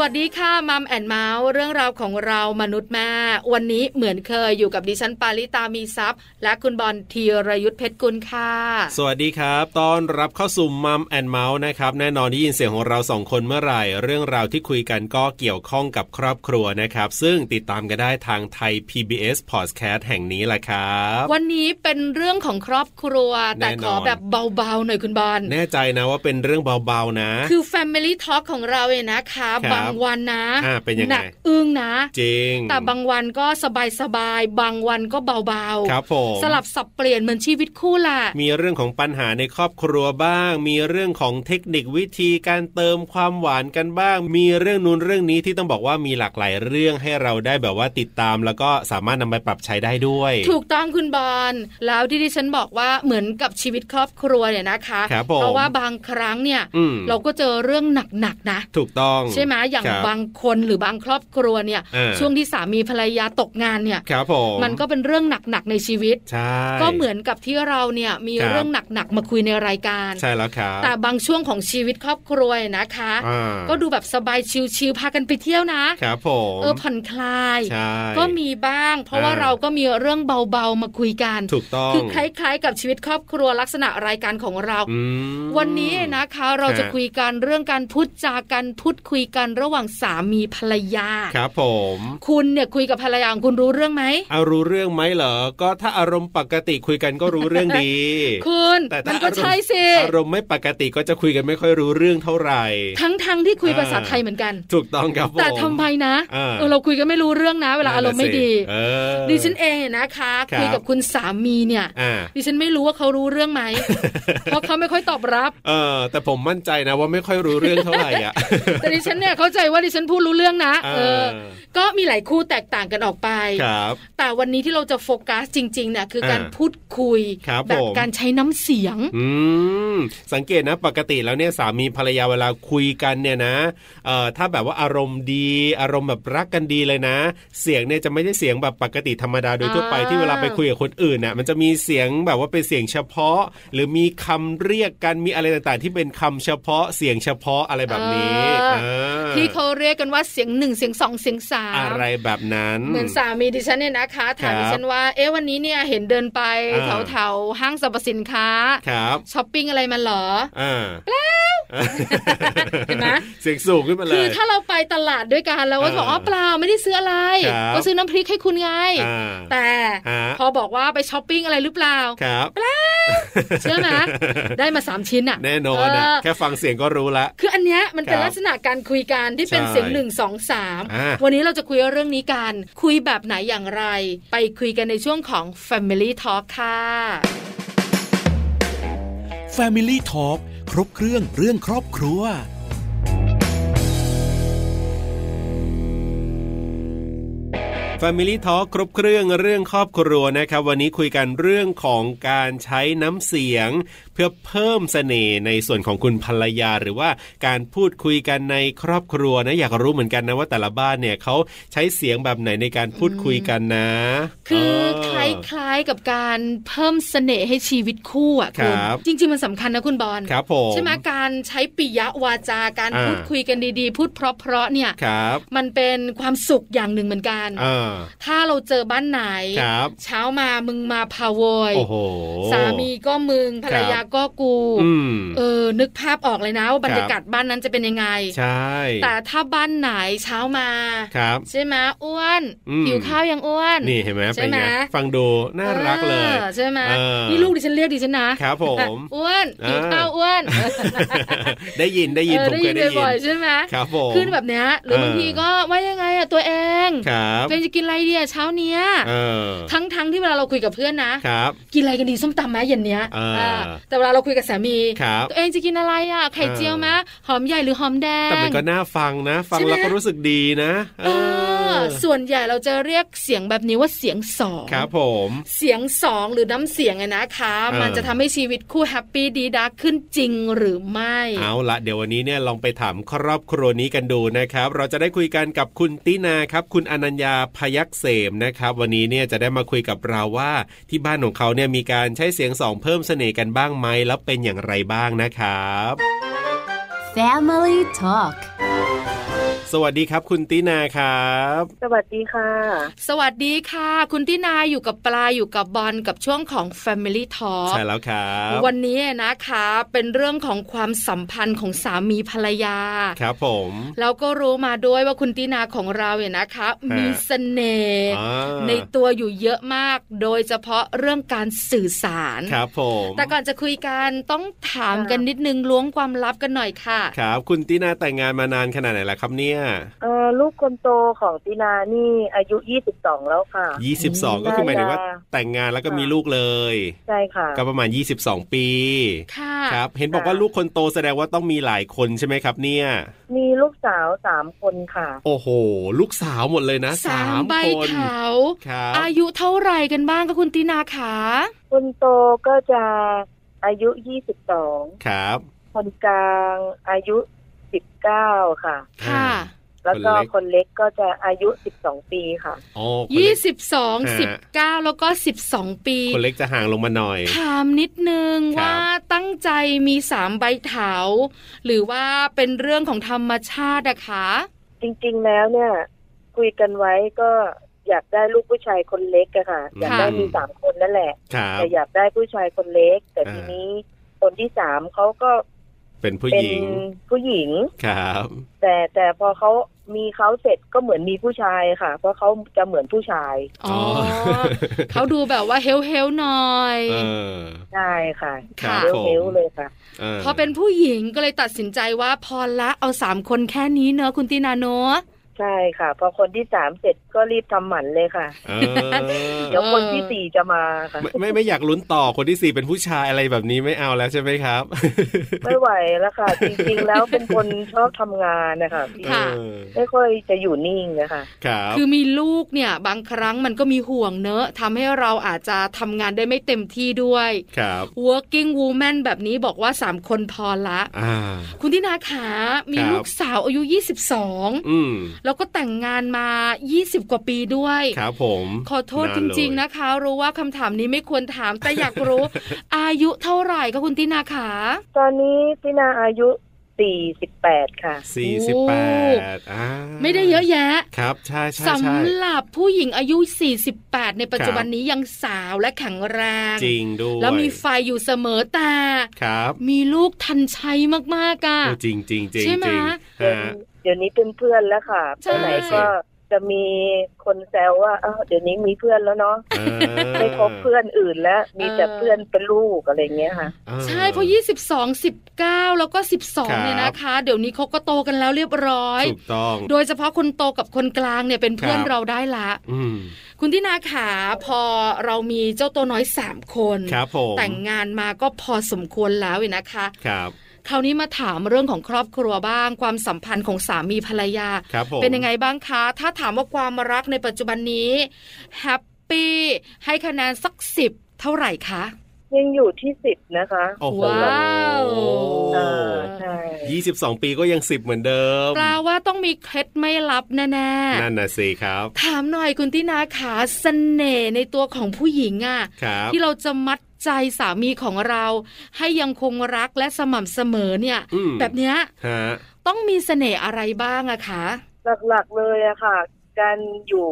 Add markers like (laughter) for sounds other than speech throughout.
สวัสดีค่ะมัมแอนเมาส์เรื่องราวของเรามนุษย์แม่วันนี้เหมือนเคยอยู่กับดิฉันปาริตามีซัพย์และคุณบอลธีรยุทธเพชรกุลค่ะ สวัสดีครับ ต้อนรับเข้าสู่มัมแอนเมาส์นะครับ แน่นอนที่ยินเสียงของเราสองคนเมื่อไหร่ เรื่องราวที่คุยกันก็เกี่ยวข้องกับครอบครัวนะครับ ซึ่งติดตามกันได้ทางไทย PBS Podcast แห่งนี้แหละครับ วันนี้เป็นเรื่องของครอบครัว แต่ แน่นอน ขอแบบเบาๆหน่อยคุณบอล แน่ใจนะว่าเป็นเรื่องเบาๆนะ คือ Family Talk ของเราเนี่ยนะคะ ครับ บางวันนะ อ่าเป็นยังไง หนักอึ้งนะ จริง แต่บางวันก็สบายๆบางวันก็เบา ครับผม สลับสับเปลี่ยนเหมือนชีวิตคู่แหละ มีเรื่องของปัญหาในครอบครัวบ้าง มีเรื่องของเทคนิควิธีการเติมความหวานกันบ้าง มีเรื่องนู้นเรื่องนี้ที่ต้องบอกว่ามีหลากหลายเรื่องให้เราได้แบบว่าติดตาม แล้วก็สามารถนำไปปรับใช้ได้ด้วย ถูกต้องคุณบอลแล้วที่ดิฉันบอกว่าเหมือนกับชีวิตครอบครัวเนี่ยนะคะ ครับผม เพราะว่าบางครั้งเนี่ย อืม เราก็เจอเรื่องหนักๆนะ ถูกต้อง ใช่ไหมอย่าง ครับ บางคนหรือบางครอบครัวเนี่ย เออ ช่วงที่สามีภรรยาตกงานเนี่ย ครับผม มันก็เป็นเรื่องหนักๆในชีวิต ใช่ ก็เหมือนกับที่เราเนี่ยมี ครับ เรื่องหนักๆมาคุยในรายการ ใช่แล้วครับ แต่บางช่วงของชีวิตครอบครัวเนี่ยนะคะ อ่า ก็ดูแบบสบายชิลๆพากันไปเที่ยวนะครับ ผม เออผ่อนคลาย ใช่ ก็มีบ้าง เพราะว่า อ่า เราก็มีเรื่องเบาๆมาคุยกัน ถูกต้อง คือคล้ายๆ กับชีวิตครอบครัวลักษณะรายการของเรา อืม วันนี้นะคะเราจะ ฮะ คุยกันเรื่องการพูดจากันพูดคุยกันระหว่างสามีภรรยา ครับผม คุณเนี่ยคุยกับภรรยาของคุณรู้เรื่องไหม เอารู้เรื่องไหมเหรอก็ถ้าอารมณ์ปกติคุยกันก็รู้เรื่องดี คุณ แต่ถ้า มันก็ อารมณ์ ใช่สิ อารมณ์ไม่ปกติก็จะคุยกันไม่ค่อยรู้เรื่องเท่าไหร่ ทั้งๆที่คุย อ่า ภาษาไทยเหมือนกัน ถูกต้องครับผม แต่ทำไมนะ อ่า เออเราคุยกันไม่รู้เรื่องนะ เวลาอารมณ์ไม่ดี เออ ดิฉันเองเนี่ยนะคะ ครับ คุยกับคุณสามีเนี่ย อ่า ดิฉันไม่รู้ว่าเขารู้เรื่องไหม (laughs) เพราะเขาไม่ค่อยตอบรับ เออแต่ผมมั่นใจนะว่าไม่ค่อยรู้เรื่องเท่าไหร่อ่ะ แต่ดิฉันเนี่ยเข้าใจว่าดิฉันพูดรู้เรื่องนะ อ่า เออ ก็มีหลายคู่แตกต่างกันออกไป ครับ แต่วันนี้ที่เราจะโฟกัสจริงๆเนี่ยคือการ อ่า พูดคุย ครับ แบบ ผม การใช้น้ำเสียง อืมสังเกตนะปกติแล้วเนี่ยสามีภรรยาเวลาคุยกันเนี่ยนะเอ่อถ้าแบบว่าอารมณ์ดี อารมณ์แบบรักกันดีเลยนะ เสียงเนี่ยจะไม่ได้เสียงแบบปกติธรรมดาโดยทั่วไป อ่า ที่เวลาไปคุยกับคนอื่นน่ะมันจะมีเสียงแบบว่าเป็นเสียงเฉพาะ หรือมีคำเรียกกันมีอะไรต่างๆ ที่เป็นคำเฉพาะเสียงเฉพาะอะไรแบบนี้ เออ อ่า ที่เขาเรียกกันว่าเสียงหนึ่งเสียงสองเสียงสาม อะไรแบบนั้น เหมือนสามีดิฉันเนี่ยนะคะถาม ครับ ดิฉันว่าเอ๊ะวันนี้เนี่ยเห็นเดินไป อ่า แถวแถวๆห้างสรรพสินค้า ครับ ช้อปปิ้งอะไรมา (laughs) เหรอ อ่า เห็นไหม เสียงสูงขึ้นมาเล คือย ถ้าเราไปตลาดด้วยกันเราก็ อ่า บอกว่าเปล่าไม่ได้ซื้ออะไร ครับ ก็ซื้อน้ำพริกให้คุณไง อ่า แต่ ฮะ พอบอกว่าไปช้อปปิ้งอะไรหรือเปล่า ครับ เชื่อไหม ได้มาสามชิ้นอ่ะ (laughs) แน่นอนนะ เออ แค่ฟังเสียงก็รู้ละ คืออันเนี้ยมันเป็น ครับ ลักษณะการคุยกันที่เป็น ใช่ เสียงหนึ่งสองสาม อ่า วันนี้เราจะคุยเรื่องนี้กัน คุยแบบไหนอย่างไร ไปคุยกันในช่วงของ Family Talk ค่ะ Family Talk ครบเครื่องเรื่องครอบครัว f a m i l y ่ทอครบเครื่องเรื่องครอบครัวนะครับ วันนี้คุยกันเรื่องของการใช้น้ำเสียง เพื่อเพิ่มเสน่ห์ในส่วนของคุณภรรยา หรือว่าการพูดคุยกันในครอบครัวนะอยากรู้เหมือนกันนะว่าแต่ละบ้านเนี่ยเขาใช้เสียงแบบไหนในการพูดคุยกันนะ คือ เ คล้ายๆกับการเพิ่มเสน่ห์ให้ชีวิตคู่อ่ะคุณ ครับ จริง ๆ มันสำคัญนะคุณบอล ครับผม ใช่ไหมการใช้ปิยวาจาการ อ่า พูดคุยกันดีๆ พูดเพราะๆเนี่ย ครับ มันเป็นความสุขอย่างหนึ่งเหมือนกัน อ่า ถ้าเราเจอบ้านไหน ครับ เช้ามามึงมาพาโวย โอ้โห สามีก็มึงภรรยาก็กู อืม เออนึกภาพออกเลยนะว่าบรรยากาศบ้านนั้นจะเป็นยังไง ใช่ แต่ถ้าบ้านไหนเช้ามา ครับ ใช่ไหมอ้วน อืม หิวข้าวยังอ้วน นี่เห็นไหม ใช่ เป็น ไหม ไงฟังดูน่ารักเลย ออใช่ไหม เออ นี่ลูกดิฉันเรียกดิฉันนะครับ ผม อ้วนหิวข้าวอ้วน ได้ยินได้ยิน เออ ผมเคยได้ยิน บ่อยๆใช่ไหม ครับผม ขึ้นแบบเนี้ยหรือบางทีก็ว่ายังไงอะตัวเอง ครับ เป็นจะกินอะไรเดียเช้าเนี้ย เออ ทั้งๆที่เวลาเราคุยกับเพื่อนนะ ครับ กินอะไรกันดีส้มตำไหมเย็นเนี้ย อ่า อ่าแต่เวลาเราคุยกับสามี ครับ ตัวเองจะกินอะไรอ่ะ ไข่เจียวไหมหอมใหญ่หรือหอมแดง แต่มันก็น่าฟังนะ ฟัง ใช่ไหม แล้วก็รู้สึกดีนะ เอ เออ อ ส่วนใหญ่เราจะเรียกเสียงแบบนี้ว่าเสียงสอง ครับผม เสียงสองหรือน้ำเสียงอะนะคะ เออ มันจะทำให้ชีวิตคู่แฮปปี้ดีดักขึ้นจริงหรือไม่ เอาละเดี๋ยววันนี้เนี่ยลองไปถามครอบครัวนี้กันดูนะครับ เราจะได้คุยกันกับคุณตินาครับ คุณอนัญญาพยักเสมนะครับ วันนี้เนี่ยจะได้มาคุยกับเราว่าที่บ้านของเขาเนี่ยมีการใช้เสียงสองเพิ่มเสน่ห์กันบ้างไหมแล้วเป็นอย่างไรบ้างนะครับ Family Talk สวัสดีครับ คุณตินาครับ สวัสดีค่ะ สวัสดีค่ะ คุณตินาอยู่กับปลาอยู่กับบอลกับช่วงของ Family Talk ใช่แล้วครับ วันนี้นะคะเป็นเรื่องของความสัมพันธ์ของสามีภรรยา ครับผม แล้วก็รู้มาด้วยว่าคุณตินาของเราเนี่ยนะคะ มีเสน่ห์ อ่า ในตัวอยู่เยอะมาก โดยเฉพาะเรื่องการสื่อสาร ครับผม แต่ก่อนจะคุยกันต้องถาม ค่ะ กันนิดนึงล้วงความลับกันหน่อยค่ะ ครับ คุณตินาแต่งงานมานานขนาดไหนแล้วครับเนี่ย เอ่อลูกคนโตของตินานี่อายุ 22 แล้วค่ะ 22 ก็คือหมายถึงว่าแต่งงานแล้วก็มีลูกเลย ใช่ค่ะ ก็ประมาณ 22 ปี ค่ะ ครับ เห็นบอกว่าลูกคนโตแสดงว่าต้องมีหลายคนใช่ไหมครับ เนี่ย มีลูกสาวสามคนค่ะ โอ้โห ลูกสาวหมดเลยนะ สา สาม ม ใบ คน ขาว ครับ อายุเท่าไหร่กันบ้างคะคุณตินาคะ คนโตก็จะอายุ 22 ครับ คนกลางอายุ 19 ค่ะ ค่ะ แล้วก็ คนเล็ก คนเล็กก็จะอายุ 12 ปีค่ะ อ๋อคนเล็ก 22 ฮะ 19 แล้วก็ 12 ปี คนเล็กจะห่างลงมาหน่อย ถามนิดนึง ครับ ว่าตั้งใจมีสามใบเถาหรือว่าเป็นเรื่องของธรรมชาติอะคะ จริงๆแล้วเนี่ย คุยกันไว้ก็อยากได้ลูกผู้ชายคนเล็กอะค่ะ อยากได้มีสามคนนั่นแหละ ครับ แต่อยากได้ผู้ชายคนเล็ก แต่ อ่า ทีนี้คนที่สามเขาก็ เป็นผู้ เป็ ห น ญิง ผู้หญิง ครับ แต่แต่พอเขามีเขาเสร็จก็เหมือนมีผู้ชายค่ะ เพราะเขาจะเหมือนผู้ชาย อ๋อเขาดูแบบว่าเฮลเฮลหน่อย เออ ใช่ค่ะ ครับ เร็วเร็วเลยค่ะ พอเป็นผู้หญิงก็เลยตัดสินใจว่าพอละเอาสามคนแค่นี้เนอะคุณตินาโนอะ ใช่ค่ะ พอคนที่สามเสร็จก็รีบทำหมันเลยค่ะ เออ เดี๋ยวคนที่ เออ สี่จะมาค่ะ ไม่ไม่ไม่อยากลุ้นต่อคนที่สี่เป็นผู้ชายอะไรแบบนี้ไม่เอาแล้วใช่ไหมครับ ไม่ไหวแล้ว (laughs) ค่ะ จริงๆแล้วเป็นคนชอบทำงานนะคะพี่ ค่ะ เออ ไม่ค่อยจะอยู่นิ่งนะคะ ครับ คือมีลูกเนี่ย บางครั้งมันก็มีห่วงเนอะทำให้เราอาจจะทำงานได้ไม่เต็มที่ด้วย ครับ working woman แบบนี้บอกว่าสามคนพอละ อ่า คุณตินาขามี ครับ ลูกสาวอายุ 22 อืม แล้วก็แต่งงานมา 20 กว่าปีด้วย ครับผม ขอโทษ า จ เลย ริง ๆ นะคะ รู้ว่าคำถามนี้ไม่ควรถาม แต่อยากรู้ (laughs) อายุเท่าไหร่ก็คุณตินาขา ตอนนี้ตินาอายุสี่สิบแปดค่ะ สี่สิบ โอ้ แปดอ่า ไม่ได้เยอะแยะ ครับ ใช่สใช่ใช่ ำหรับผู้หญิงอายุ 48 ในปัจจุบัน ครับ นี้ยังสาวและแข็งแรง จริงด้วย แล้วมีไฟอยู่เสมอแต่ ครับ มีลูกทันใช้มากๆอ่ะ โอ้จริงจริงจริง ใช่ไหม จริงฮะเดี๋ยวนี้เดี๋ยวนี้เป็นเพื่อนแล้วค่ะ ใช่ ไปไหนก็จะมีคนแซวว่าเอ้าเดี๋ยวนี้มีเพื่อนแล้วเนาะ เออ ไม่คบเพื่อนอื่นแล้ว มีแต่เพื่อนเป็นลูกอะไรเงี้ยค่ะ เออ ใช่เพราะ22 19 แล้วก็ ครับ 12เนี่ยนะคะ เดี๋ยวนี้เขาก็โตกันแล้วเรียบร้อย ถูกต้อง โดยเฉพาะคนโตกับคนกลางเนี่ยเป็นเพื่อน ครับ เราได้ละ อืม คุณที่นาขาพอเรามีเจ้าตัวน้อยสามคน ครับผม แต่งงานมาก็พอสมควรแล้วเว้ยนะคะ ครับ คราวนี้มาถามเรื่องของครอบครัวบ้าง ความสัมพันธ์ของสามีภรรยา ครับผม เป็นยังไงบ้างคะ ถ้าถามว่าความรักในปัจจุบันนี้แฮปปี้ให้คะแนนสักสิบเท่าไหร่คะ ยังอยู่ที่สิบนะคะ โอ้โห ว้าว เอ เ อใช่ ยี่สิบสองปีก็ยังสิบเหมือนเดิม แปลว่าต้องมีเคล็ดไม่ลับแน่ นั่นน่ะสิครับ ๆถามหน่อยคุณที่นาขาเสน่ห์ในตัวของผู้หญิงอะ ครับ ที่เราจะมัดใจสามีของเรา ให้ยังคงรักและสม่ำเสมอเนี่ย อืม แบบเนี้ย ฮะ ต้องมีเสน่ห์อะไรบ้างอะคะ หลักๆเลยอะค่ะ การอยู่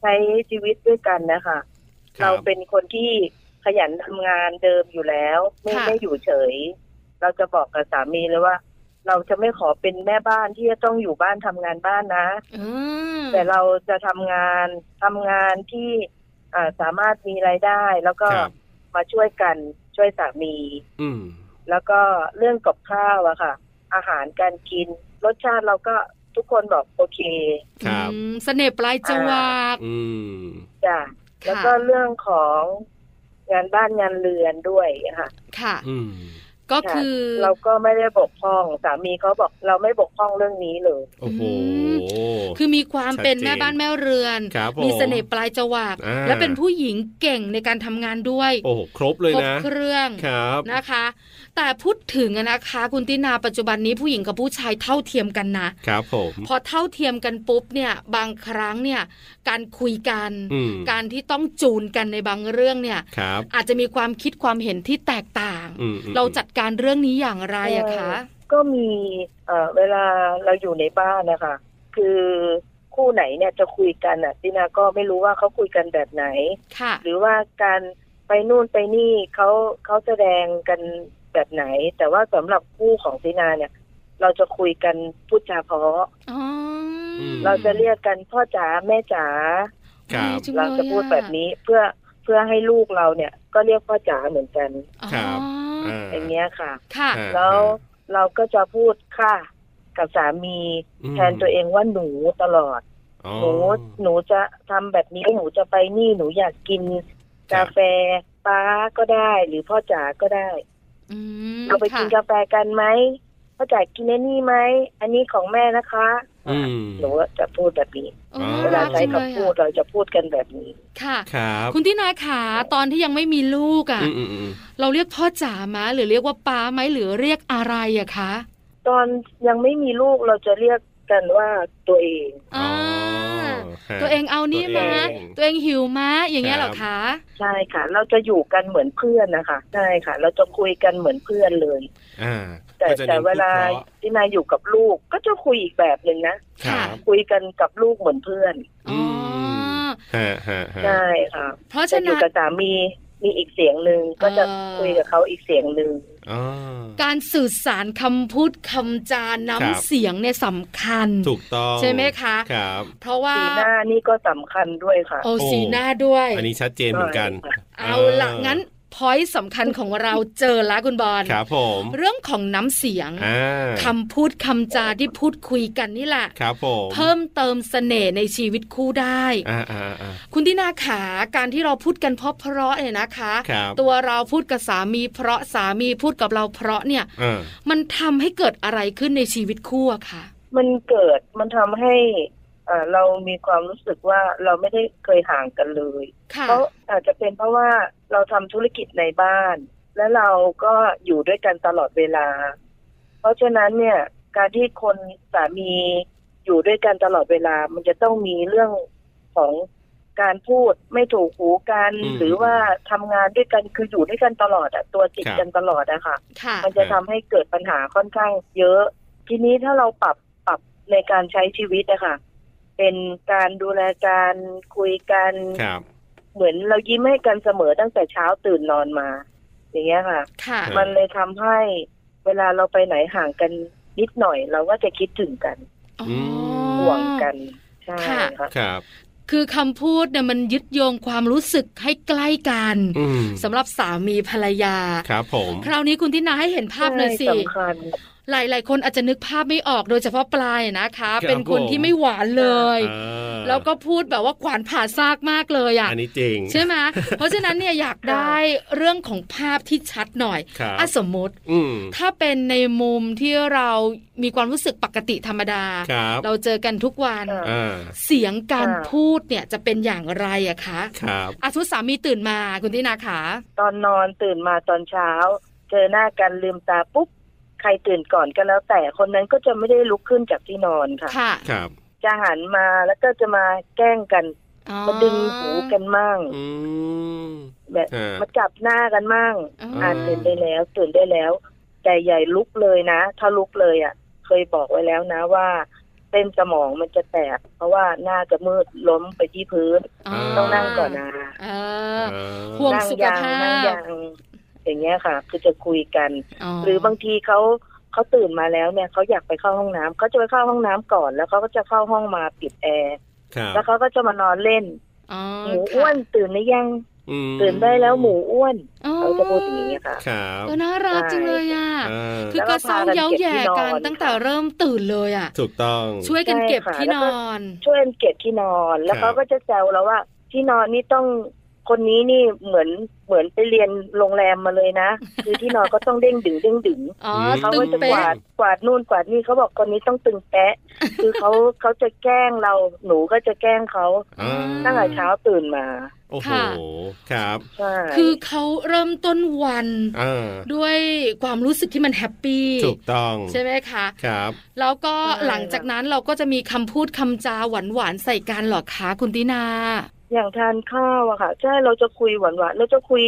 ใช้ชีวิตด้วยกันนะคะ ค เรา บ เป็นคนที่ขยันทำงานเดิมอยู่แล้ว ไม่ไม่อยู่เฉย เราจะบอกกับสามีเลยว่า เราจะไม่ขอเป็นแม่บ้านที่จะต้องอยู่บ้านทำงานบ้านนะ เออ แต่เราจะทำงานทำงานที่อ่าสามารถมีรายได้ แล้วก็ ครับ มาช่วยกันช่วยสามี อืม แล้วก็เรื่องกับข้าวอะค่ะ อาหารการกิน รสชาติเราก็ทุกคนบอกโอเค ครับ อืมเสน่ห์ปลายจวัก อืม จ้ะ ค่ะ แล้วก็เรื่องของงานบ้านงานเรือนด้วยอะค่ะ ค่ะ อืม ก็ ค่ะ คือ เราก็ไม่ได้บกพร่องสามีเขาบอกเราไม่บกพร่องเรื่องนี้เลย โอ้โห อื คือมีความเป็น ชัดเจน แม่บ้านแม่เรือน ครับผ มีเสน่ห์ปลายจวัก อ่า และเป็นผู้หญิงเก่งในการทำงานด้วย โอ้โหครบเลย ครบ นะ เครื่อง ครับ นะคะ แต่พูดถึงอะนะคะ คุณตินาปัจจุบันนี้ผู้หญิงกับผู้ชายเท่าเทียมกันนะครับ ผม พอเท่าเทียมกันปุ๊บเนี่ยบางครั้งเนี่ยการคุยกัน อืม การที่ต้องจูนกันในบางเรื่องเนี่ย ครับ อาจจะมีความคิดความเห็นที่แตกต่าง อืมอืม เราจัดการเรื่องนี้อย่างไรอะคะ ก็มีเอ่อเวลาเราอยู่ในบ้านนะคะ คือคู่ไหนเนี่ยจะคุยกันอ่ะตินาก็ไม่รู้ว่าเขาคุยกันแบบไหน ค่ะ หรือว่าการไปนู่นไปนี่เขาเขาแสดงกันแบบไหน แต่ว่าสำหรับคู่ของตินาเนี่ย เราจะคุยกันพูดจาเพราะ อ๋ออ ม เราจะเรียกกันพ่อจ๋าแม่จ๋า ครับ ดีงลยอ เราจะพูดแบบนี้เพื่อเพื่อให้ลูกเราเนี่ย ก็เรียกพ่อจ๋าเหมือนกัน อ๋อ ครับ อย่างเงี้ยค่ะ ค่ะ อ่า แล้วเราก็จะพูดค่ะกับสามี อืม แทนตัวเองว่าหนูตลอด อ๋อ หนูหนูจะทำแบบนี้หนูจะไปนี่หนูอยากกิน ครั กา บ แฟป้าก็ได้ หรือพ่อจ๋าก็ได้ อืม เราไปกิน ค่ะ กาแฟกันไหมพ่อจ๋ากินไอ้นี่ไหมอันนี้ของแม่นะคะ อืม หนูจะพูดแบบนี้ โอ้ อ่า เว น่า ลา รัก ใช้ จังเลย คำพูด อะ เราจะพูดกันแบบนี้ ค่ะ ครับ คุณที่นาขาตอนที่ยังไม่มีลูกอ่ะ อืมอืมอืม เราเรียกพ่อจ๋าไหมหรือเรียกว่าป้าไหมหรือเรียกอะไรอะคะ ตอนยังไม่มีลูกเราจะเรียกกันว่าตัวเอง อ๋อ อ่า ฮะ ตัวเองเอานี่มา ตัวเอง ตัวเองหิวมาอย่างเงี้ย ค เห รั รอบ คะ ใช่ค่ะ เราจะอยู่กันเหมือนเพื่อนนะคะใช่ค่ะ เราจะคุยกันเหมือนเพื่อนเลย อ่า แต่ ก็จะ แต่ น้น เวลา พูดพระ ที่นายอยู่กับลูกก็จะคุยอีกแบบหนึ่งนะ ค ค่ะ รับ คุยกันกับลูกเหมือนเพื่อน อ๋ออ ฮะฮะฮะ ใช่ค่ะ เพราะ จะ ฉะ อยู่ นั้น กับสามีมีอีกเสียงหนึ่งก็จะ เอ่อ คุยกับเขาอีกเสียงหนึ่ง อ๋อ การสื่อสารคำพูดคำจา ครับ น้ำเสียงเนี่ยสำคัญ ถูกต้อง ใช่ไหมคะ ครับ เพราะว่า สีหน้านี่ก็สำคัญด้วยค่ะ โอ้ โอ้ สีหน้าด้วย อันนี้ชัดเจนเหมือนกัน เอาละงั้นพอยต์สำคัญของเราเจอละคุณบอล ครับผม เรื่องของน้ำเสียง อ่า คำพูดคำจาที่พูดคุยกันนี่แหละ ครับผม เพิ่มเติมเสน่ห์ในชีวิตคู่ได้ อ่าอ่าอ่า คุณที่นาขาการที่เราพูดกันเพราะเพราะๆเนี่ยนะคะ ครับ ตัวเราพูดกับสามีเพราะสามีพูดกับเราเพราะเนี่ย อ่า มันทำให้เกิดอะไรขึ้นในชีวิตคู่อะคะ มันเกิดมันทำให้เอ่อเรามีความรู้สึกว่าเราไม่ได้เคยห่างกันเลย ค่ะ เพราะอาจจะเป็นเพราะว่าเราทำธุรกิจในบ้าน และเราก็อยู่ด้วยกันตลอดเวลา เพราะฉะนั้นเนี่ย การที่คนสามีอยู่ด้วยกันตลอดเวลา มันจะต้องมีเรื่องของการพูดไม่ถูกหูกัน หรือว่าทำงานด้วยกันคืออยู่ด้วยกันตลอดอะตัวติดกันตลอดอะค่ะ ค่ะ มันจะทำให้เกิดปัญหาค่อนข้างเยอะ ทีนี้ถ้าเราปรับปรับในการใช้ชีวิตนะคะเป็นการดูแลการคุยกัน ครับ เหมือนเรายิ้มให้กันเสมอตั้งแต่เช้าตื่นนอนมา อย่างเงี้ยค่ะ ค่ะ เออ มันเลยทำให้เวลาเราไปไหนห่างกันนิดหน่อย เราก็จะคิดถึงกัน อ๋อ ม ห่วงกันใช่ ค่ะ ค่ะ ครับ คือคำพูดเนี่ยมันยึดโยงความรู้สึกให้ใกล้กัน อืม สำหรับสามีภรรยา ครับผม คราวนี้คุณที่นาให้เห็นภาพหน่อยสิ ใช่สำคัญ หลาย ๆ คนอาจจะนึกภาพไม่ออกโดยเฉพาะปลายนะคะ เป็นคนที่ไม่หวานเลย อ่า แล้วก็พูดแบบว่าขวานผ่าซากมากเลยอ่ะ อันนี้จริง ใช่ไหม (laughs) เพราะฉะนั้นเนี่ยอยากได้เรื่องของภาพที่ชัดหน่อย ครับ อ่ะสมมติ อืม ถ้าเป็นในมุมที่เรามีความรู้สึกปกติธรรมดา ครับ เราเจอกันทุกวัน อ่า อ่า เสียงการ อ่า พูดเนี่ยจะเป็นอย่างไรอะคะ ครับ อาทุสามีตื่นมาคุณที่นาขา ตอนนอนตื่นมาตอนเช้า เจอหน้ากันลืมตาปุ๊บใครตื่นก่อนก็แล้ว แต่คนนั้นก็จะไม่ได้ลุกขึ้นจากที่นอนค่ะ ค่ะ ครับ จะหันมาแล้วก็จะมาแกล้งกัน อ๋อ มาดึงหูกันมั่ง อืม แบบ อ่าม มาจับหน้ากันมั่ง อ๋อ อ่า อ่านตื่นได้แล้วตื่นได้แล้วแต่ใหญ่าลุกเลยนะ ถ้าลุกเลยอ่ะ เคยบอกไว้แล้วนะว่าเส้นสมองมันจะแตก เพราะว่าหน้าจะมืดล้มไปที่พื้น า ต้องนั่งก่อนนะ เออ อ่า ห่วง นั่งยาง สุขภาพ นั่งยางอย่างเงี้ยค่ะ คือจะคุยกัน หรือบางทีเขาเขาตื่นมาแล้วเนี่ยเขาอยากไปเข้าห้องน้ำเขาจะไปเข้าห้องน้ำก่อน แล้วเขาก็จะเข้าห้องมาปิดแอร์ ครับ แล้วเขาก็จะมานอนเล่น อ๋อ หมูอ้วนตื่นหรือยัง อืม ตื่นได้แล้วหมูอ้วน อ๋อ เขาจะพูดอย่างนี้ยค่ะ ครับ เออน่ารักจังเลยอ่ะ อ่า คือก็เศร้าเย้าแย่กัน แล้วก็พากันเก็บที่นอน ตั้งแต่เริ่มตื่นเลยอ่ะ ถูกต้อง ช่วยกันเก็บ ใช่ค่ะ ที่ แล้ น วก็ อน ช่วยเก็บที่นอน แล้ควรั เขา บ ก็จะแซวเราว่าที่นอนนี่ต้อง คนนี้นี่เหมือนเหมือนไปเรียนโรงแรมมาเลยนะ คือที่นอนก็ต้องเด้งดึงเด้งดึง อ๋อ ม เขา ตึง ก็จะก เป๊ะ วาดกวาดนู่นกวาดนี่เขาบอกคนนี้ต้องตึงแปะ คือเขาเขาจะแกล้งเราหนูก็จะแกล้งเขา อ่า ตั้งแต่เช้าตื่นมา โอ้โหครับ ใช่ คือเขาเริ่มต้นวัน อ่า ด้วยความรู้สึกที่มันแฮปปี้ ถูกต้อง ใช่ไหมคะ ครับ แล้วก็หลังจากนั้นเราก็จะมีคำพูดคำจาหวานหวานๆใส่กันเหรอคะคุณตินา อย่างทานข้าวอะค่ะใช่เราจะคุยหวานหวานๆเราจะคุย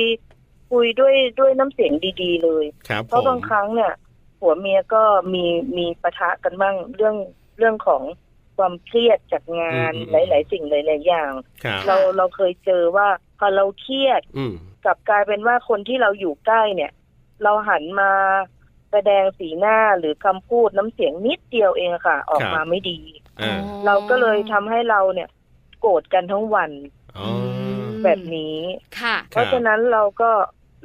คุยด้วยด้วยน้ำเสียงดีๆเลย ครับ เพ ผ ราะ ม บางครั้งเนี่ยผัวเมียก็มีมีปะทะกันบ้างเรื่องเรื่องของความเครียดจากงานหลาย ๆ สิ่งหลายๆอย่าง ครับ เราเราเคยเจอว่าพอเราเครียด อืม กลับกลายเป็นว่าคนที่เราอยู่ใกล้เนี่ย เราหันมาแสดงสีหน้าหรือคำพูดน้ำเสียงนิดเดียวเองอะค่ะ ออกมาไม่ดี อ่า เราก็เลยทำให้เราเนี่ย โกรธกันทั้งวัน อ๋อ ม แบบนี้ ค่ะ เพราะ ครับ ฉะนั้นเราก็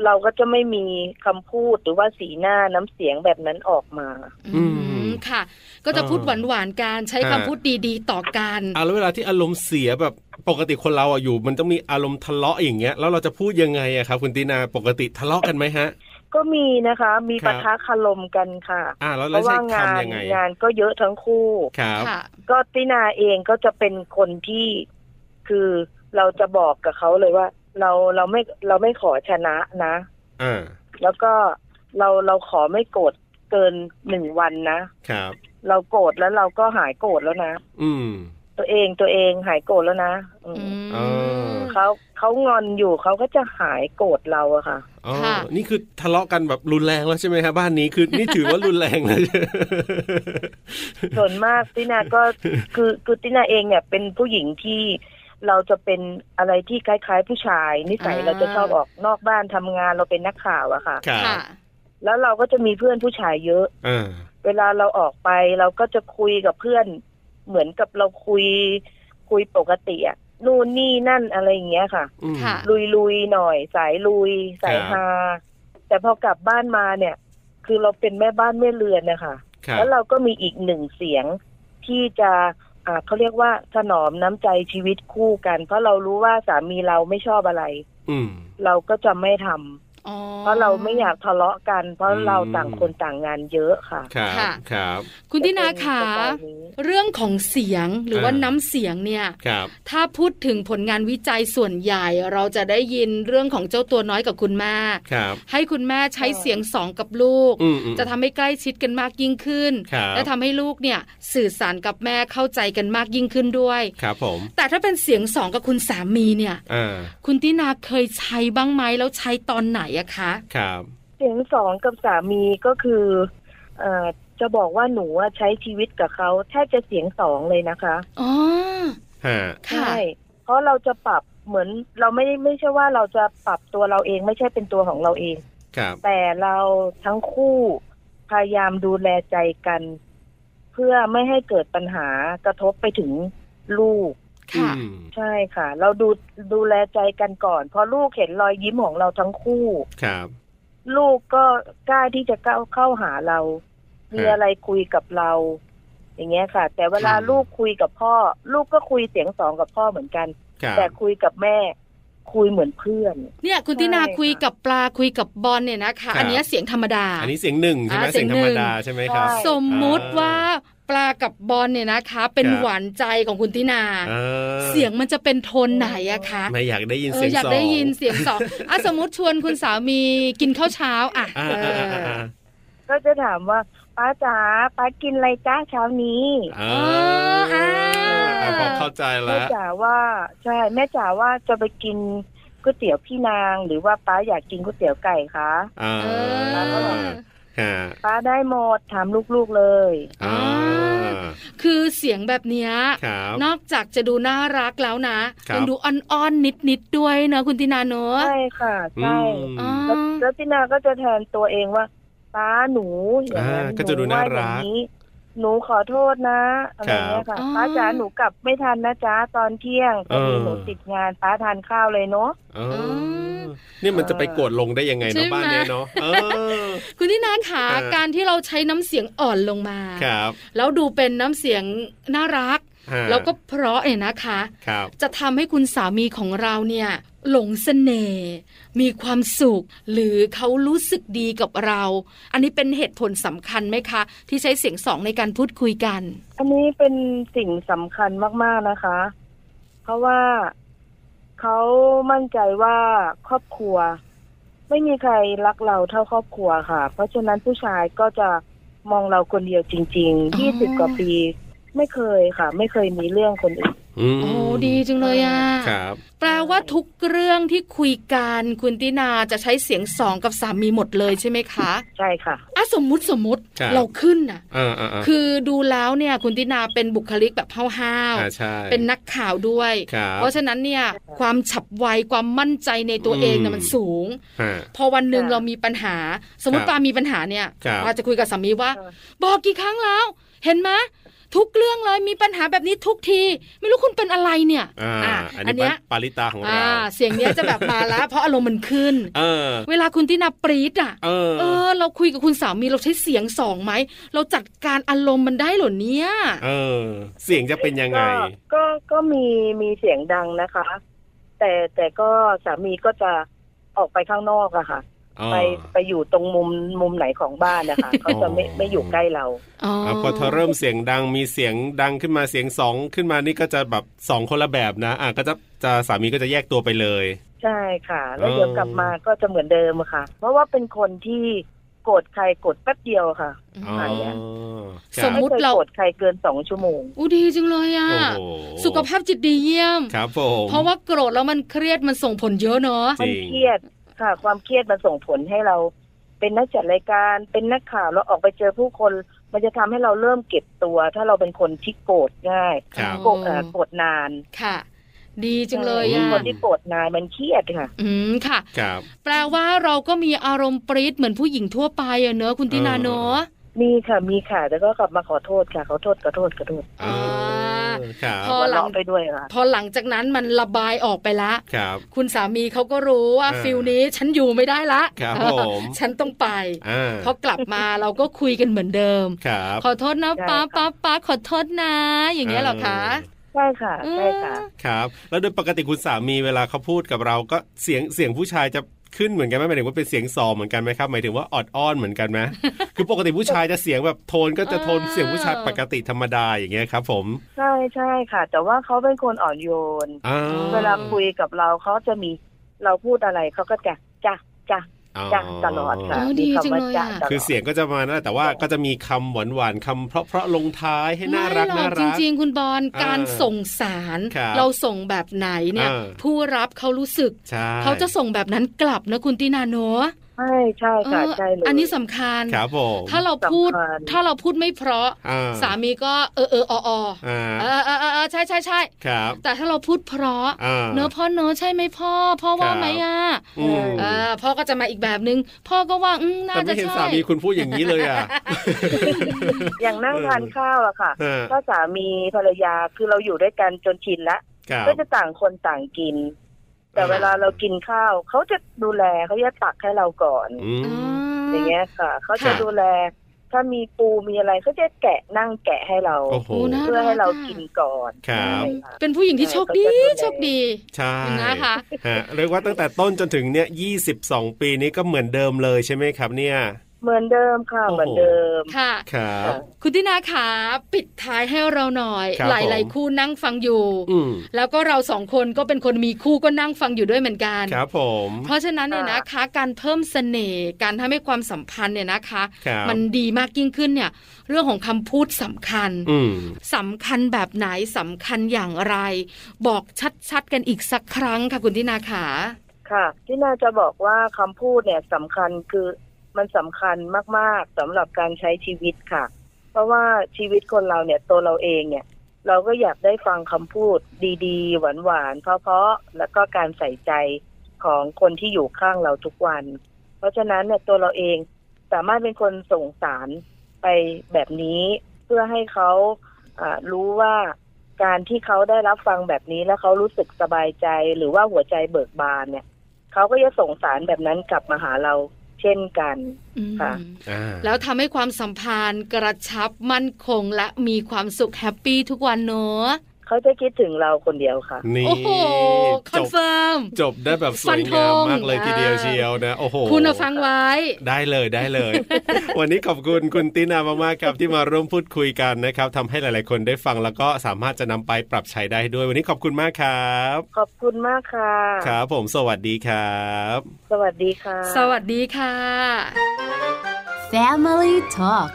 เราก็จะไม่มีคำพูดหรือว่าสีหน้าน้ำเสียงแบบนั้นออกมา อืม อืมค่ะ ก็จะ อ่า พูดหวานๆกันใช้ อ่า คำพูดดีๆ ต่อกัน อ่ะแล้วเวลาที่อารมณ์เสียแบบปกติคนเราอ่ะอยู่ มันต้องมีอารมณ์ทะเลาะอย่างเงี้ยแล้วเราจะพูดยังไงอะครับคุณตินาปกติทะเลาะกันไหมฮะ ก็มีนะคะ มี ครั ปะ บ ทะคารมกันค่ะ อ่าแล้ว เพ เรา ราะ ใช้ ว่างาน คำยังไง งานก็เยอะทั้งคู่ ครับ ค่ะ ก็ตินาเองก็จะเป็นคนที่คือเราจะบอกกับเขาเลยว่า เราเราไม่เราไม่ขอชนะนะ อ่า แล้วก็เราเราขอไม่โกรธเกินหนึ่งวันนะ ครับ เราโกรธแล้วเราก็หายโกรธแล้วนะ อืม ตัวเองตัวเองหายโกรธแล้วนะอืม อืม เออ เขาเขางอนอยู่เขาก็จะหายโกรธเราอะค่ะ อ๋อ ค่ะ นี่คือทะเลาะกันแบบรุนแรงแล้วใช่ไหมฮะบ้านนี้คือนี่ถือว่ารุนแรงเลย ส่วนมากตินาก็ คือคือตินาเองเนี่ยเป็นผู้หญิงที่เราจะเป็นอะไรที่คล้ายๆ ผู้ชาย นิสัย อ่า เราจะชอบออกนอกบ้านทำงานเราเป็นนักข่าวอะค่ะ ครับ ค่ะ แล้วเราก็จะมีเพื่อนผู้ชายเยอะ อ่า เวลาเราออกไปเราก็จะคุยกับเพื่อน เหมือนกับเราคุย คุยปกติอะนู่นนี่นั่นอะไรอย่างเงี้ยค่ะ อืม ค่ะ ลุยลุยๆหน่อย สายลุย สาย ครับ ฮาแต่พอกลับบ้านมาเนี่ย คือเราเป็นแม่บ้านแม่เรือนนะคะ ครับ แล้วเราก็มีอีกหนึ่งเสียงที่จะอ่าเขาเรียกว่าถนอมน้ำใจชีวิตคู่กัน เพราะเรารู้ว่าสามีเราไม่ชอบอะไร อืม เราก็จะไม่ทำ อ๋อ เพราะเราไม่อยากทะเลาะกัน เพราะ อืม เราต่างคนต่างงานเยอะค่ะ ครับ ค่ะ ครับ คุณตินาค่ะ จเป็นสไตล์นี้ เรื่องของเสียงหรือว่าน้ำเสียงเนี่ย ครับ ถ้าพูดถึงผลงานวิจัยส่วนใหญ่ เราจะได้ยินเรื่องของเจ้าตัวน้อยกับคุณแม่ ครับ ให้คุณแม่ใช้เสียงสองกับลูก อืมอืม จะทำให้ใกล้ชิดกันมากยิ่งขึ้น ครับ และทำให้ลูกเนี่ยสื่อสารกับแม่เข้าใจกันมากยิ่งขึ้นด้วย ครับผม แต่ถ้าเป็นเสียงสองกับคุณสามีเนี่ย อ่า คุณตินาเคยใช้บ้างไหมแล้วใช้ตอนไหนอะคะ ครับ เสียงสองกับสามีก็คือเอ่อจะบอกว่าหนูอะใช้ชีวิตกับเขาแทบจะเสียงสองเลยนะคะ อ๋อ ฮะ ค่ะ ใช่ เพราะเราจะปรับเหมือนเราไม่ได้ไม่ใช่ว่าเราจะปรับตัวเราเองไม่ใช่เป็นตัวของเราเอง ครับ แต่เราทั้งคู่พยายามดูแลใจกัน เพื่อไม่ให้เกิดปัญหากระทบไปถึงลูก ค่ะ อืม ใช่ค่ะ เราดูดูแลใจกันก่อนเพราะลูกเห็นรอยยิ้มของเราทั้งคู่ ครับ ลูกก็กล้าที่จะเข้าเข้าหาเรา มีอะไรคุยกับเรา อย่างเงี้ยค่ะ แต่เวลา ครับ ลูกคุยกับพ่อ ลูกก็คุยเสียงสองกับพ่อเหมือนกัน ครับ แต่คุยกับแม่คุยเหมือนเพื่อน เนี่ยคุณตินา ใช่ค่ะ คุยกับปลาคุยกับบอลเนี่ยนะคะ อันเนี้ยเสียงธรรมดา อันนี้เสียงหนึ่งใช่ไหม อ่าเสี เสี ย ย ง ง หนึ่ ธรง รมดาใช่ไหมครับ ใช่ สมมุติว่าปลากับบอลเนี่ยนะคะ เป็น ครับ หวานใจของคุณตินา เออ เสียงมันจะเป็นโทนไหนอะคะ ไม่อยากได้ยิน เอ เสี อย ง อยาก สอง ได้ยินเสียงสองอ่ะสมมติชวนคุณสามีกินข้าวเช้าอ่ะ อ่า เอ อ่า อ อ่า อ อ่า ก็จะถามว่าป้าจ๋าป้ากินอะไรจ้าเช้านี้ อ่า อ๋ออ่า อ่าพอเข้าใจ แม่ แล้ว จ๋าว่าใช่แม่จ๋าว่าจะไปกินก๋วยเตี๋ยวพี่นาง หรือว่าป้าอยากกินก๋วยเตี๋ยวไก่คะ อ่า เออ ฮะ ป้าได้หมดถามลูกๆเลย อ่า คือเสียงแบบเนี้ย ครับ นอกจากจะดูน่ารักแล้วนะครับ ยัดูอ่อนๆนิดๆด้วยเนอะคุณตินาเนอะ ใช่ค่ะ อื ใช่ ม อ๋อ แล้วแล้วตินาก็จะแทนตัวเองว่าป้าหนูอย่างนั้น อ่าก็จะดู หว่ น่ารัก อย่งนี้ หนูขอโทษนะอะไรเงี้ยค่ะ อ๋อ ป้าจ๋าหนูกลับไม่ทันนะจ๊ะตอนเที่ยงพอเอดีอ หนูติดงานป้าทานข้าวเลยเนาะ เออนี่มันจะไปกดลงได้ยังไง ใช่ เนาะ ไหม บ้านเนี้ยเนาะเออ คุณตินาขา อ่า การที่เราใช้น้ำเสียงอ่อนลงมา ครับ แล้วดูเป็นน้ำเสียงน่ารัก ฮะ แล้วก็เพราะเนี่ยนะคะ ครับ จะทำให้คุณสามีของเราเนี่ยหลงเสน่ห์มีความสุข หรือเขารู้สึกดีกับเรา อันนี้เป็นเหตุผลสำคัญไหมคะ ที่ใช้เสียงสองในการพูดคุยกัน อันนี้เป็นสิ่งสำคัญมาก ๆ นะคะ เพราะว่าเขามั่นใจว่าครอบครัว ไม่มีใครรักเราเท่าครอบครัวค่ะ เพราะฉะนั้นผู้ชายก็จะมองเราคนเดียวจริง อ๋ ๆ อ ยี่สิบกว่าปี ไม่เคยค่ะ ไม่เคยมีเรื่องคนอื่น อืม โอ้ดีจังเลยอ่ะ ครับ แปลว่าทุกเรื่องที่คุยกันคุณตินาจะใช้เสียงสองกับสามีหมดเลยใช่ไหมคะ ใช่ค่ะ อ่ะสมมุติสมมุติ ครับ เราขึ้นน่ะ อ่าอ่าอ่า คือดูแล้วเนี่ยคุณตินาเป็นบุคลิกแบบห้าว อ่าใช่ ๆเป็นนักข่าวด้วย ครับ เพราะฉะนั้นเนี่ยความฉับไวความมั่นใจในตัวเองเนี่ย อืม มันสูง ฮะ พอวันหนึ่ง ครับ เรามีปัญหา สมมติ ครับ ปามีปัญหาเนี่ย ครับ ปาจะคุยกับสามีว่า ครับ บอกกี่ครั้งแล้ว เห็นไหมทุกเรื่องเลยมีปัญหาแบบนี้ทุกที ไม่รู้คุณเป็นอะไรเนี่ย า ะ อัน อัน นี้ เนี้ย ปาริตาของเรา อ่าเสียงเนี้ยจะแบบมาแล้ว เพราะอารมณ์มันขึ้น เออ เวลาคุณตินาปรีดอ่ะ เออ เออ เราคุยกับคุณสามีเราใช้เสียงสองไหมเราจัดการอารมณ์มันได้เหรอเนี่ย เออ เสียงจะเป็นยังไง ก็ก็ก็มีมีเสียงดังนะคะ แต่แต่ก็สามีก็จะออกไปข้างนอกอะค่ะ อ๋อ ไปไปอยู่ตรงมุมมุมไหนของบ้านนะคะ เขาจะไม่ อ๋อ ไม่อยู่ใกล้เรา อ๋อ อ่ะพอเธอเริ่มเสียงดังมีเสียงดังขึ้นมาเสียงสองขึ้นมานี่ก็จะแบบสองคนละแบบนะ อ่ะก็จะจะสามีก็จะแยกตัวไปเลย ใช่ค่ะ แล้ว อ๋อ เดี๋ยวกลับมาก็จะเหมือนเดิมอะค่ะ เพราะว่าเป็นคนที่โกรธใครโกรธแป๊บเดียวค่ะ อ๋อ หายอ่ะ ค ส รั ม บ ไม่ มุติ เคย เรา โกรธใครเกินสองชั่วโมง อู้ดีจังเลยอ่ะ โอ้โห สุขภาพจิตดีเยี่ยม ครับผม เพราะว่าโกรธแล้วมันเครียดมันส่งผลเยอะเนาะ จ มั ริง เครียดค่ะ ความเครียดมันส่งผลให้เรา เป็นนักจัดรายการ เป็นนักข่าวแล้วออกไปเจอผู้คน มันจะทำให้เราเริ่มเก็บตัว ถ้าเราเป็นคนที่โกรธง่าย ครับ โกรธเอ่อโกรธนาน ค่ะ ดีจังเลย ป็ อ่ะ นคนที่โกรธนานมันเครียดค่ะ อืมค่ะ ครับ แปลว่าเราก็มีอารมณ์ปรี๊ดเหมือนผู้หญิงทั่วไปอะเนอะคุณตินาเนอะ มีค่ะมีค่ะแต่ก็กลับมาขอโทษค่ะขอโทษขอโทษขอโทษ เออครับ พอหลัง หัวเราะไปด้วยค่ะ พอหลังจากนั้นมันระบายออกไปละ ครับ คุณสามีเขาก็รู้ว่า อ่า ฟิลนี้ฉันอยู่ไม่ได้ละ ครับ เออ ผม ฉันต้องไป อ่า พอกลับมาเราก็คุยกันเหมือนเดิม ครับ ขอโทษนะ ใช่ ป้า ครับ ป้าป้าขอโทษนะ อย่างเงี้ยเหรอคะ ใช่ค่ะใช่ค่ะ อืม ครับ แล้วโดยปกติคุณสามีเวลาเขาพูดกับเราก็เสียงเสียงผู้ชายจะขึ้นเหมือนกันไหมหมายถึงว่าเป็นเสียงซอเหมือนกันไหมครับหมายถึงว่าออดอ้อนเหมือนกันไหม คือปกติผู้ชายจะเสียงแบบโทนก็จะโทน เออ เสียงผู้ชายปกติธรรมดาอย่างเงี้ยครับ ผม ใช่ใช่ค่ะ แต่ว่าเขาเป็นคนอ่อนโยน อ่า เวลาคุยกับเราเขาจะมีเราพูดอะไรเขาก็จะจ้ะจ้ะ อ๋อ จ้ะตลอดค่ะ อ๋อ มี ดีจัง คำว่า เลย จ้ะ อะ ตลด คือเสียงก็จะมานะแต่ว่าก็จะมีคำหวานหวานๆคำเพราะเพราะๆลงท้ายให้น่ารัก ไม่ห น่า อก รัก จริง ๆ คุณบอล อ่า การส่งสาร ครับ เราส่งแบบไหนเนี่ย อ่า ผู้รับเขารู้สึก ใช่ เขาจะส่งแบบนั้นกลับนะคุณตินาโนะ ใช่ใช่ค่ะ เออ ใช่เลย อันนี้สำคัญ ครับผม ถ้าเราพูด สำคัญ ถ้าเราพูดไม่เพราะ อ่ สามีก็เออเออออออ อ่า เออเออเออเออใช่ใช่ใช่ ครับ แต่ถ้าเราพูดเพราะ อ่า เนอะพ่อเนอะใช่ไหมพ่อ พ่อว่า ครับ ไหมอ่ะ อืม เออพ่อก็จะมาอีกแบบนึง พ่อก็ว่าอืมน่า แต่ จะ ไม่เห็น ใช่ สามีคุณพูดอย่างนี้เลยอ่ะ อย่างนั่งทานข้าวอะค่ะ เออ ถ้าสามีภรรยาคือเราอยู่ด้วยกันจนชินละ ครับ ก็จะต่างคนต่างกิน แต่ อ่า เวลาเรากินข้าวเขาจะดูแลเขาจะตักให้เราก่อน อืม อ่า อย่างเงี้ยค่ะเขาจะ ค่ะ ดูแล ถ้ามีปูมีอะไรเขาจะแกะนั่งแกะให้เรา โอ้โห โอ้น่า เพื่อให้เรากินก่อน ครับ ใช่ค่ะ เป็นผู้หญิงที่โชคดี เออเขาจะดูแล โชคดี ใช่ นะคะ ฮะเรียกว่าตั้งแต่ต้นจนถึงเนี่ยยี่สิบสองปีนี้ก็เหมือนเดิมเลยใช่ไหมครับเนี่ย เหมือนเดิมค่ะ โอ้โห เหมือนเดิม ค่ะ ครับ คุณตินาขาปิดท้ายให้เราหน่อย ครับ หลายหลาย ผม คู่นั่งฟังอยู่ อืม แล้วก็เราสองคนก็เป็นคนมีคู่ก็นั่งฟังอยู่ด้วยเหมือนกัน ครับผม เพราะฉะนั้นเนี่ย ค่ะ นะคะการเพิ่มเสน่ห์การทำให้ความสัมพันธ์เนี่ยนะคะ ครับ มันดีมากยิ่งขึ้นเนี่ย เรื่องของคำพูดสำคัญ อืม สำคัญแบบไหนสำคัญอย่างไร บอกชัดๆกันอีกสักครั้งค่ะคุณตินาขา ค่ะ ที่น่าจะบอกว่าคำพูดเนี่ยสำคัญคือมันสำคัญมากๆสำหรับการใช้ชีวิตค่ะ เพราะว่าชีวิตคนเราเนี่ยตัวเราเองเนี่ย เราก็อยากได้ฟังคำพูดดีๆ หวานๆเพราะๆแล้วก็การใส่ใจของคนที่อยู่ข้างเราทุกวัน เพราะฉะนั้นเนี่ยตัวเราเองสามารถเป็นคนส่งสารไปแบบนี้เพื่อให้เขาอ่ารู้ว่าการที่เขาได้รับฟังแบบนี้แล้วเขารู้สึกสบายใจหรือว่าหัวใจเบิกบานเนี่ย เขาก็จะส่งสารแบบนั้นกลับมาหาเรา เช่นกัน อืม ค่ะ อ่า แล้วทำให้ความสัมพันธ์กระชับมั่นคงและมีความสุขแฮปปี้ทุกวันเนอะ เขาจะคิดถึงเราคนเดียวค่ะ นี่ โอ้โห ค จ อน บ เฟิร์ม จบได้แบบส ฟั วย นธ งาม ง มากเลยทีเดียว อ่า เชียวนะโอ้โห คุณน่ะฟังไว้ ได้เลยได้เลย (laughs) วันนี้ขอบคุณคุณตินามากๆครับที่มาร่วมพูดคุยกันนะครับทำให้หลายๆคนได้ฟังแล้วก็สามารถจะนำไปปรับใช้ได้ด้วย วันนี้ขอบคุณมากครับ ขอบคุณมากค่ะ ครับ ผมสวัสดีครับ สวัสดีค่ะ สวัสดีค่ะ Family Talk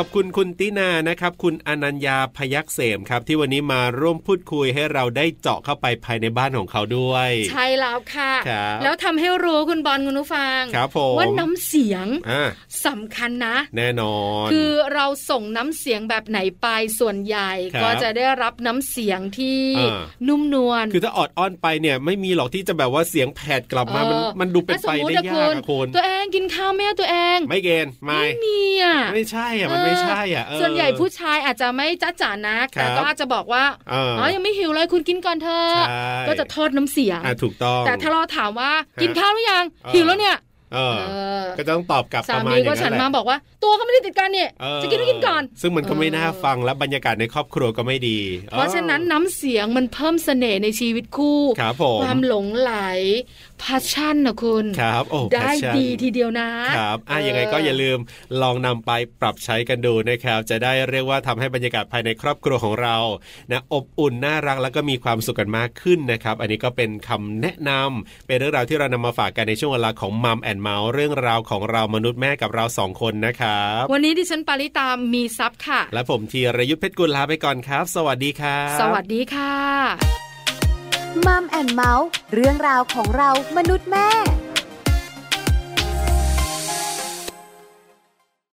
ขอบคุณคุณตินานะครับ คุณอนัญญาพยักเสมครับ ที่วันนี้มาร่วมพูดคุยให้เราได้เจาะเข้าไปภายในบ้านของเขาด้วย ใช่แล้วค่ะ ครับ แล้วทำให้รู้คุณบอลคุณนุฟัง ครับผม ว่าน้ำเสียง อ่า สำคัญนะ แน่นอน คือเราส่งน้ำเสียงแบบไหนไปส่วนใหญ่ ครับ ก็จะได้รับน้ำเสียงที่ อ่า นุ่มนวล คือถ้าออดอ้อนไปเนี่ยไม่มีหรอกที่จะแบบว่าเสียงแผดกลับมามัน เออ มันดูเป็นไปได้ ถ้สม ยา มุ ก ติ อะ อะ คุณ ตัวเองกินข้าวแม่ตัวเอง ไม่เกณฑ์ไม่ มีอ่ะ ไม่ใช่อ่ะมันไม่ใช่อ่ะเออ ส่วนใหญ่ผู้ชายอาจจะไม่จ้าจ๋านัก คแต่รับก็อาจจะบอกว่า เอออ๋ อยังไม่หิวเลยคุณกินก่อนเถอะ ใช่ ก็จะทอดน้ำเสียง อ่ะถูกต้อง แต่ถ้าเราถามว่ากินข้าวหรือยัง เออ หิวแล้วเนี่ย เออ เออ ก็ต้องตอบกลับป สา ระมา มี ณอย่า ก็ ง ฉั นั้น นแห มา ละ บอกว่า ตัวก็ไม่ได้ติดกันเนี่ย เออ จะกินก็กินก่อน ซึ่งมันก็ไม่น่า เออ ฟังและบรรยากาศในครอบครัวก็ไม่ดี เพราะฉะนั้นน้ำเสียงมันเพิ่มเสน่ห์ในชีวิตคู่ ครับผม ความหลงไหลพาชั่นนะคุณ ครับโอ้ ได้ passion ดีทีเดียวนะครับ อ่ะยังไงก็อย่าลืมลองนำไปปรับใช้กันดูนะครับ จะได้เรียกว่าทำให้บรรยากาศภายในครอบครัวของเรานะอบอุ่นน่ารักแล้วก็มีความสุขกันมากขึ้นนะครับ อันนี้ก็เป็นคำแนะนำเป็นเรื่องราวที่เรานำมาฝากกันในช่วงเวลาของมัมแอนเมาส์เรื่องราวของเรามนุษย์แม่กับเราสองคนนะครับ วันนี้ดิฉันปาริตามมีซับค่ะ และผมธีรยุทธเพชรกุลลาไปก่อนครับ สวัสดีครับ สวัสดีค่ะ มัมแอนเมาส์เรื่องราวของเรามนุษย์แม่